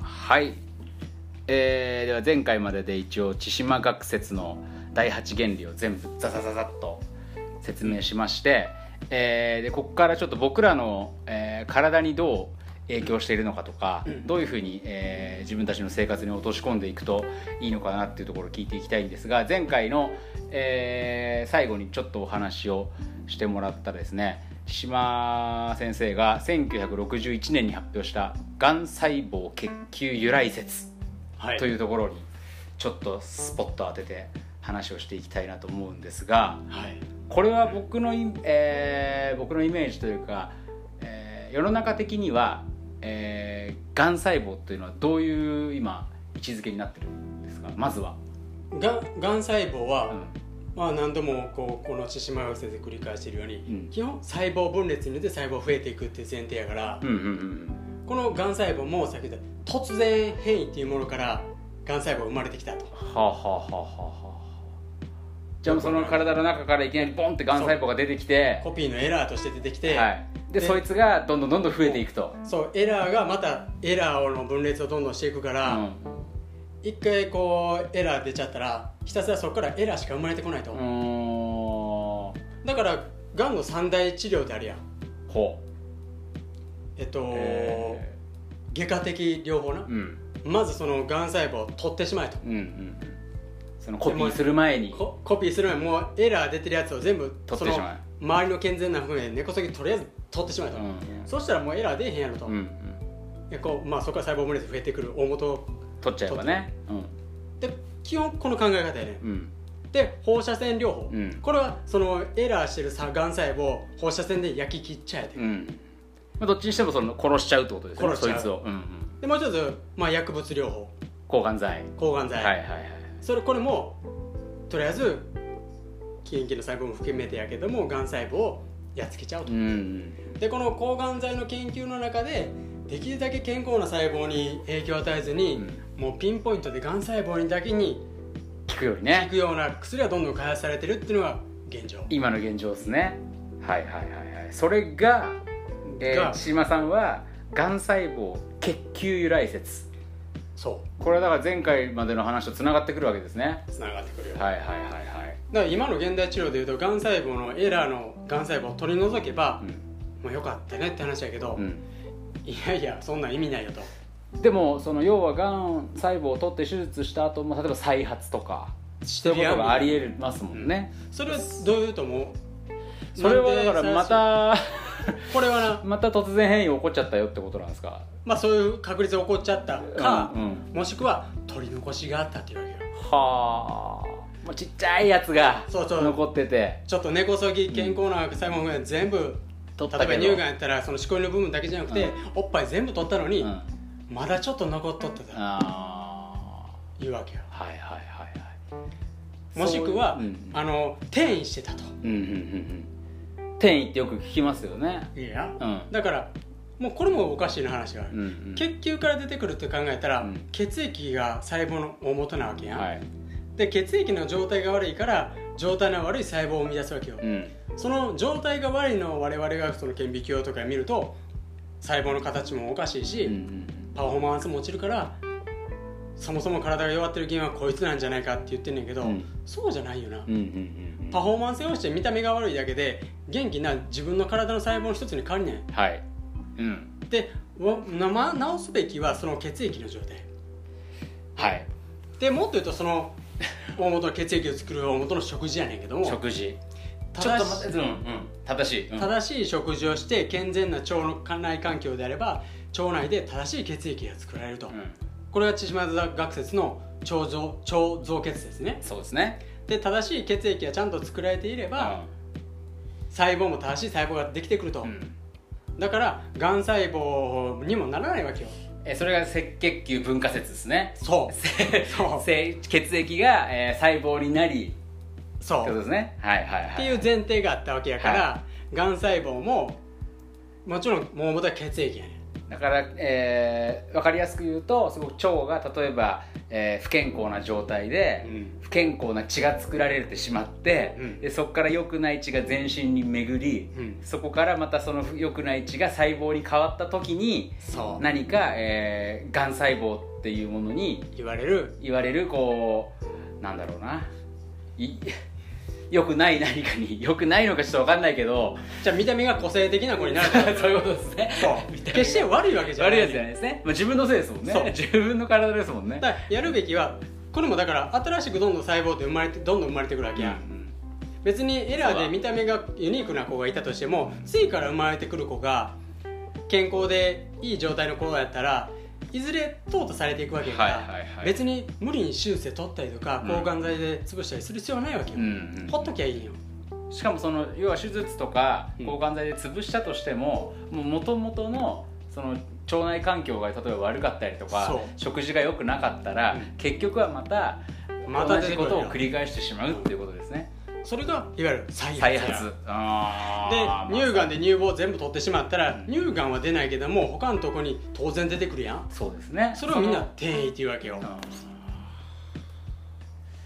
はい、えーでは前回までで一応千島学説の第8原理を全部ザザザザッと説明しまして、えーでここからちょっと僕らの、えー体にどう影響しているのかとか、どういうふうに、えー自分たちの生活に落とし込んでいくといいのかなっていうところを聞いていきたいんですが前回の、えー最後にちょっとお話をしてもらったですね千島先生が1961年に発表した「がん細胞血球由来説」はというところにちょっとスポット当てて話をしていきたいなと思うんですがはいこれは僕のイ,、えー僕のイメージというか、えー世の中的には、えー、がん細胞というのはどういう今位置づけになってるんですかまずは、ががん細胞うは、んまあ、何度もこうこの千島学先生繰り返しているように、うん基本細胞分裂によって細胞増えていくっていう前提やから、うんうんうんこのがん細胞もさっき言った突然変異っていうものからがん細胞が生まれてきたとはあはあはあはあはあじゃあその体の中からいきなりボンってがん細胞が出てきて、コピーのエラーとして出てきて、はい、ででそいつがどんどんどんどん増えていくと、そうエラーがまたエラーの分裂をどんどんしていくかうら、ん、一回こうエラー出ちゃったらひたすらそこからエラーしか生まれてこないと、うーんだからがんの三大治療ってあるやんほうえっと、え外科的療法なー、うんまずそのがん細胞を取ってしまえとうんうんうんそのコピーする前にココピーする前にもうエラー出てるやつを全部取ってしまえその周りの健全なふうに根こそぎとりあえず取ってしまえうと、んそしたらもうエラー出えへんやろと、うんうんでこうまあ、そこから細胞分裂増えてくる大元取っちゃえばねうんで基本この考え方やねうんで放射線療法、うんこれはそのエラーしてるさがん細胞を放射線で焼き切っちゃえて、うんまあどっちにしてもその殺しちゃうってことですよね殺しちそゃいうつをうんうんでもう一つ、まあ、薬物療法抗がん剤抗がんは剤、いはいはいそれこれもとりあえず筋液の細胞も含めてやけどもがん細胞をやっつけちゃううと、んうんでこの抗がん剤の研究の中でできるだけ健康な細胞に影響を与えずに、もうピンポイントでがん細胞にだけに聞くより効ねくような薬がどんどん開発されてるっていうのが現状今の現状ですねはいはいはいはいそれがえーが千島さんはがん細胞血球由来説そこれはだから前回までの話とつながってくるわけですねうつながってくるよ、はいはいはいはいだから今の現代治療でいうとがん細胞のエラーのがん細胞を取り除けば、もうよかったねって話やけど、うん、うんいやいやそんなん意味ないよとでもその要はがん細胞を取って手術した後も例えば再発とかしそういうことがありえますもんね、それはどういうと思うそれはだかならんでまたこれはな、 また突然変異起こっちゃったよってことなんですかまあ、そういう確率が起こっちゃったか、うんうんもしくは取り残しがあったっていうわけよはあもうちっちゃいやつがそうそう残っててちょっと根こそぎ健康な細胞が全部、取っ例たえばけど乳がんやったらその思考の部分だけじゃなくて、うおっぱい全部取ったのに、うん、まだちょっと残っとったとあいうわけよあはいはいはいはいもしくは、そういううんあの転移してたとうんうんうんうん転移ってよく聞きますよねいいやうんだからもうこれもおかしいな話がある、うんうん血球から出てくるって考えたら、うん血液が細胞の大元なわけやん、はいで血液の状態が悪いから状態の悪い細胞を生み出すわけよ、うんその状態が悪いのを我々がその顕微鏡とか見ると細胞の形もおかしいし、うんうんパフォーマンスも落ちるからそもそも体が弱ってる原因はこいつなんじゃないかって言ってんねんけど、うんそうじゃないよな、うんうんうんうんパフォーマンスをして見た目が悪いだけで元気な自分の体の細胞の一つに変わりないはいうんでわなま治すべきはその血液の状態はいでもっと言うとその大元の血液を作る大元の食事やねんけども食事ちょっ正とし待ってうんうん正しい、うん、正しい食事をして健全な腸の内環境であれば腸内で正しい血液が作られると、うんこれが千島学説の腸造腸造血ですねそうですねで正しい血液がちゃんと作られていれば、細胞も正しい細胞ができてくると、うんうんだからがん細胞にもならないわけよえそれが赤血球分化説ですねそうせそうせ血液が、えー細胞になりっそてことうですねはいはいはいっていう前提があったわけやからがん、細胞ももちろんもう元は血液やねんだから、えー、分かりやすく言うとすごく腸が例えば、えー不健康な状態で、うん不健康な血が作られてしまって、うんでそこから良くない血が全身に巡り、うんそこからまたその良くない血が細胞に変わった時にそう何か、えー、がん細胞っていうものに言われる言われるこうなんだろうない良くない何かに良くないのかちょっと分かんないけどじゃあ見た目が個性的な子になるからそういうことですね見た目が決して悪いわけじゃな悪いいやつじゃないですね、まあ、自分のせいですもんそうね自分の体ですもんねだからやるべきはこれもだから新しくどんどん細胞って生まれてどんどん生まれてくるわけや、うんうんん、別にエラーで見た目がユニークな子がいたとしても次から生まれてくる子が健康でいい状態の子だったらいずれ淘汰されていくわけやから、はいはいはい別に無理に手術で取ったりとかうん抗がん剤で潰したりする必要はないわけよ、うんうんほっときゃいいんよしかもその要は手術とかうん抗がん剤で潰したとしてももともとのその腸内環境が例えば悪かったりとそうか食事が良くなかったら、うん結局はまたまた同じこと出てくるをよ繰り返してしまうっていうことですねそれがいわゆる再発再や発あでー乳まがんで乳房全部取ってしまったら、うん乳がんは出ないけども他のとこに当然出てくるやんあそうですねそれをみんな転移っていうわけよその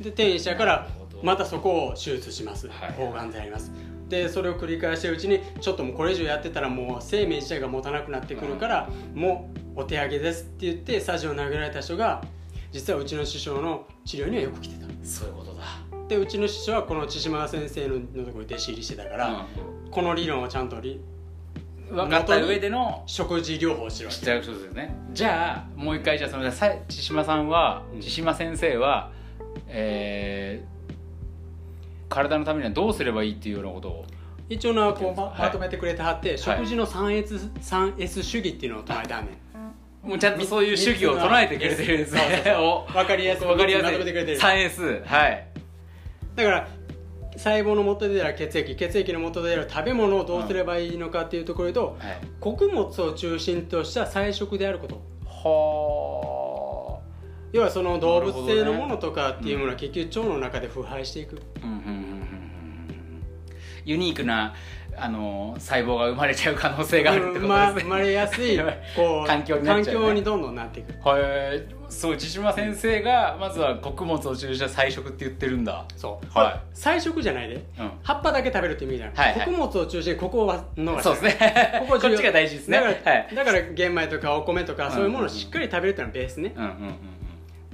で転移したからなるほどまたそこを手術しますはい抗がん剤やりますでそれを繰り返してるうちにちょっともうこれ以上やってたらもう生命自体が持たなくなってくるから、もうお手上げですって言ってサジを投げられた人が実はうちの師匠の治療にはよく来てたうんそういうことだでうちの師匠はこの千島先生ののところに弟子入りしてたから、この理論をちゃんとりうん分かった上での食事療法をしろ知ってる人ですよねじゃあもう一回じゃあそのさ千島さんはうん千島先生は、えー体のためにはどうすればいいっていうようなことを一応なこうま,、はいとめてくれてはって食事の 3S, 3S 主義っていうのを唱えたはんねんもうちゃんとそういう主義を唱えてくれてるんですそうそうねそう おわかりやすくわかりやますとめてくれている 3S はいだから細胞の元である血液血液の元である食べ物をどうすればいいのかっていうところと、はい穀物を中心とした菜食であることは要はその動物性なるほどのねものとかっていうものは結局腸の中で腐敗していく、あユニークなあの細胞が生まれちゃう可能性があるってこ生とまです生ね、まれやすいこう環境になっちゃうね環境にどんどんなっていくはい、そう千島先生がまずは穀物を注射菜食って言ってるんだそうは菜食じゃないでい、うん、葉っぱだけ食べるって意味じゃない、はいはい穀物を中心にここを逃さないそうですねこここ重要っちが大事ですねだから,、はいだから玄米とかお米とかそういうものうんをうんうんしっかり食べるっていうのはベースね、うんうんうんうん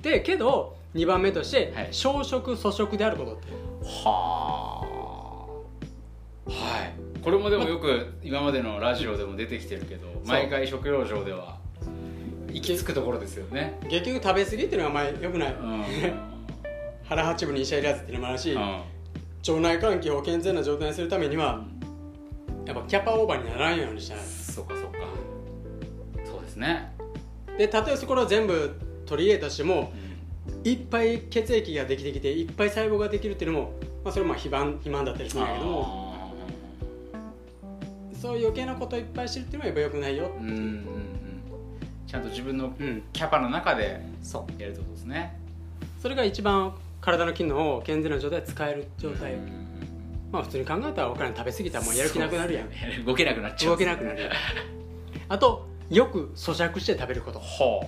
でけど2番目としてはい小食粗食であることってはあはいこれもでもよく今までのラジオでも出てきてるけど毎回食料省では行き着くところですよね結局食べ過ぎっていうのはまあよくない、うん腹八分に医者いらずっていうのもあるし、うん腸内環境を健全な状態にするためにはやっぱキャパオーバーにならないようにしたいそうかそうかそうですね、でたとえそこを全部取り入れたとしてもうんいっぱい血液ができてきていっぱい細胞ができるっていうのも、まあ、それも肥満肥満だったりするんだけどもあーそういう余計なことをいっぱい知るっていうのはやっぱよくないようんうんうんちゃんと自分のうんキャパの中でそうやるってことですねそれが一番体の機能を健全な状態で使える状態、うんうんうんまあ普通に考えたら分からん食べ過ぎたらもうやる気なくなるやんそうですね動けなくなっちゃう動けなくなるやんあとよく咀嚼して食べることほう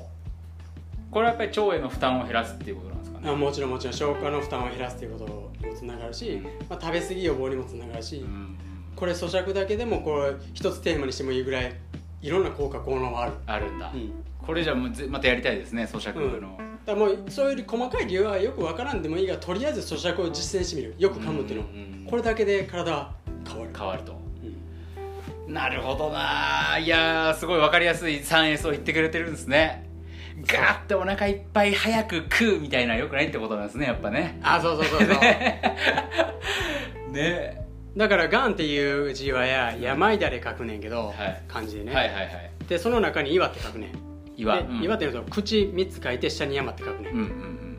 これはやっぱり腸への負担を減らすっていうことなんですかねあもちろんもちろん消化の負担を減らすということにもつながるし、まあ、食べ過ぎ予防にもつながるし、うんこれ咀嚼だけでもこれ一つテーマにしてもいいぐらいいろんな効果効能はある、あるんだ、うん、これじゃあもうぜまたやりたいですね咀嚼の、だからもうそういう細かい理由はよく分からんでもいいがとりあえず咀嚼を実践してみるよく噛むっていうの、うんうんうんこれだけで体は変わる、変わるとうんなるほどないやーすごい分かりやすい 3S を言ってくれてるんですねガーってお腹いっぱい早く食うみたいなよくないってことなんですねやっぱねあそうそうそうそう ねだから「がん」っていう字はや「病だれ」書くねんけど、はい漢字でね、はいはいはいでその中に「岩」って書くねん岩で岩っていうのと口3つ書いて下に「山」って書くねん、うんうんうんうん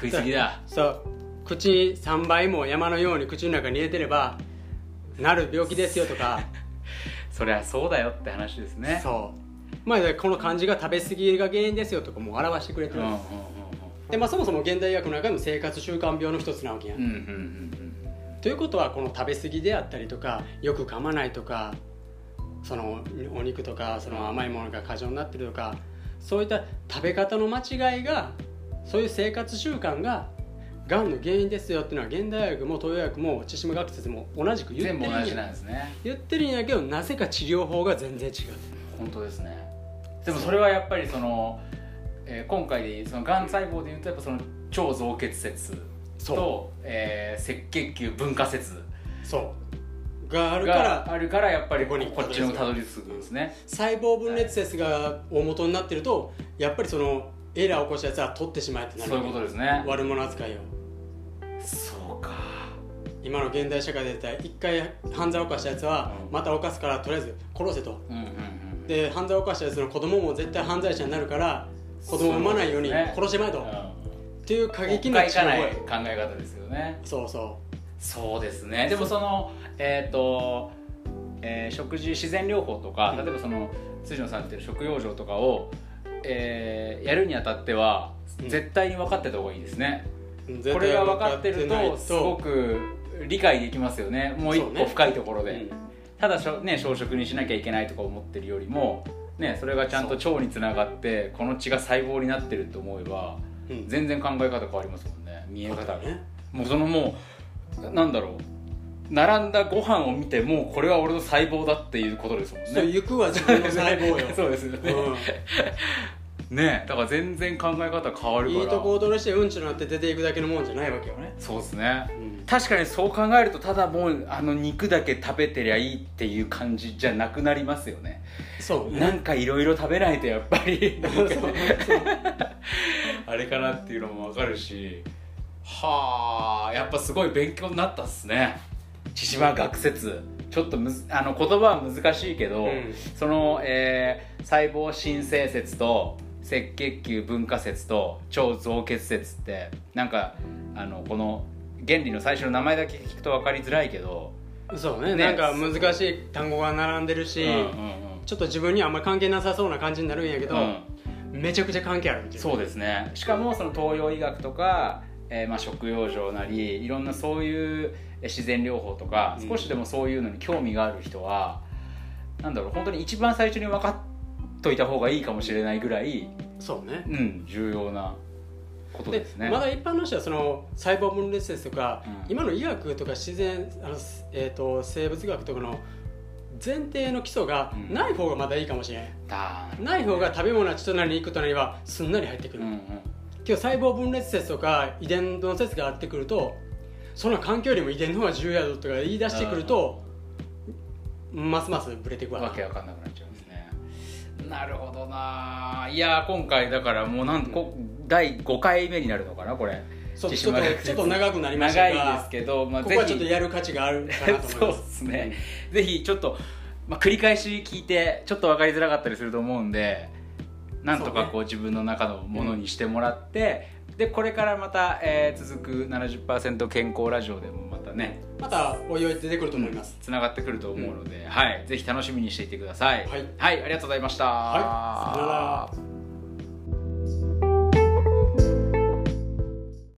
食いすぎだそう口3倍も山のように口の中に入れてればなる病気ですよとかそりゃそうだよって話です ねそうまあこの漢字が食べ過ぎが原因ですよとかも表してくれてうんる、うんうんでまあ、そもそも現代医学の中でも生活習慣病の一つなわけや、うんうんうんうんうんということはこの食べ過ぎであったりとかよく噛まないとかそのお肉とかその甘いものが過剰になってるとかそういった食べ方の間違いがそういう生活習慣ががんの原因ですよっていうのは現代薬も東洋薬も千島学説も同じく言ってる全ん部同じなやんですね言ってるんやけどなぜか治療法が全然違う本当ですねでもそれはやっぱりその、えー今回そのがん細胞でいうとやっぱその超造血説そと、えー赤血球分化説うそうがあるかがらあるからやっぱりこここっにちのたどり着くんですね細胞分裂説が大元になってるとやっぱりそのエラーを起こしたやつは取ってしまえってなるそういうことですね悪者扱いをそうか今の現代社会で言ったら一回犯罪を犯したやつはうんまた犯すからとりあえず殺せとうんうんうんで犯罪を犯したやつの子供も絶対犯罪者になるから子供を産まないようにそうですね殺してまえと、っていう過過激激なな治いか療ない法や考え方ですよねそうそそうですねでもそのえっ、と、えー食事自然療法とかうん例えばその辻野さんやってる食用場とかを、えーやるにあたってはうん絶対に分かってた方がいいですね、うこれが分かって絶る対なといすごく理解できますよねもう一そ個うね深いところうで、んただしょ、ね、小食にしなきゃいけないとか思ってるよりも、ね、それがちゃんと腸につながってこの血が細胞になってると思えばうん全然考え方変わりますもんね見え方が、ねもうそのもうなんだろう並んだご飯を見てもうこれは俺の細胞だっていうことですもんそうね行くは自分の細胞よ そうですよね、ねだから全然考え方変わうんるからいいとこを取りしてうんちになって出ていくだけのもんじゃないわけよね、そうですねうん確かにそう考えるとただもうあの肉だけ食べてりゃいいっていう感じじゃなくなりますよねそうねなんかいろいろ食べないとやっぱり そうそう あれかなっていうのもわかるしはあやっぱすごい勉強になったっすね千島学説ちょっとむずあの言葉は難しいけど、うんその、えー細胞新生説と赤血球分化説と超造血説ってなんかあのこの原理の最初の名前だけ聞くと分かりづらいけど、そうねねなんか難しい単語が並んでるし、うんうんちょっと自分にはあんまり関係なさそうな感じになるんやけど、うんうんめちゃくちゃ関係あるみたいなそうですねしかもその東洋医学とか、えーまあ、食用場なりいろんなそういうえー自然療法とかうん少しでもそういうのに興味がある人は、なんだろう本当に一番最初に分かっといた方がいいかもしれないぐらい、そうねうん、重要なことでですね。まだ一般の人はその細胞分裂説とか、うん今の医学とか自然あの、えー、と生物学とかの前提の基礎がうんない方がまだいいかもしれない、だーない方が食べ物は血となり肉となりはすんなり入ってくうる、んうん今日細胞分裂説とか遺伝の説があってくるとそんな環境よりも遺伝の方が重要やぞとか言い出してくると、ますますブレていくわわけわかんなくなっちゃうんですね。なるほどないやー今回だからもうなんこ第5回目になるのかなこれそう千ちょ島っと学説ちょっと長くなりました長いがですけど、まあ、ここはぜちひょっとやる価値があるかなとそ思う いまですすね、ぜひちょっと、まあ、繰り返し聞いてちょっと分かりづらかったりすると思うんでなんとかこう自分の中のものにしてもらって、でこれからまた、えー続く70%健康ラジオでもまたねまたおいおい出てくると思います、つながってくると思うので、はい、ぜひ楽しみにしていてください。はいありがとうございました、はいさよなら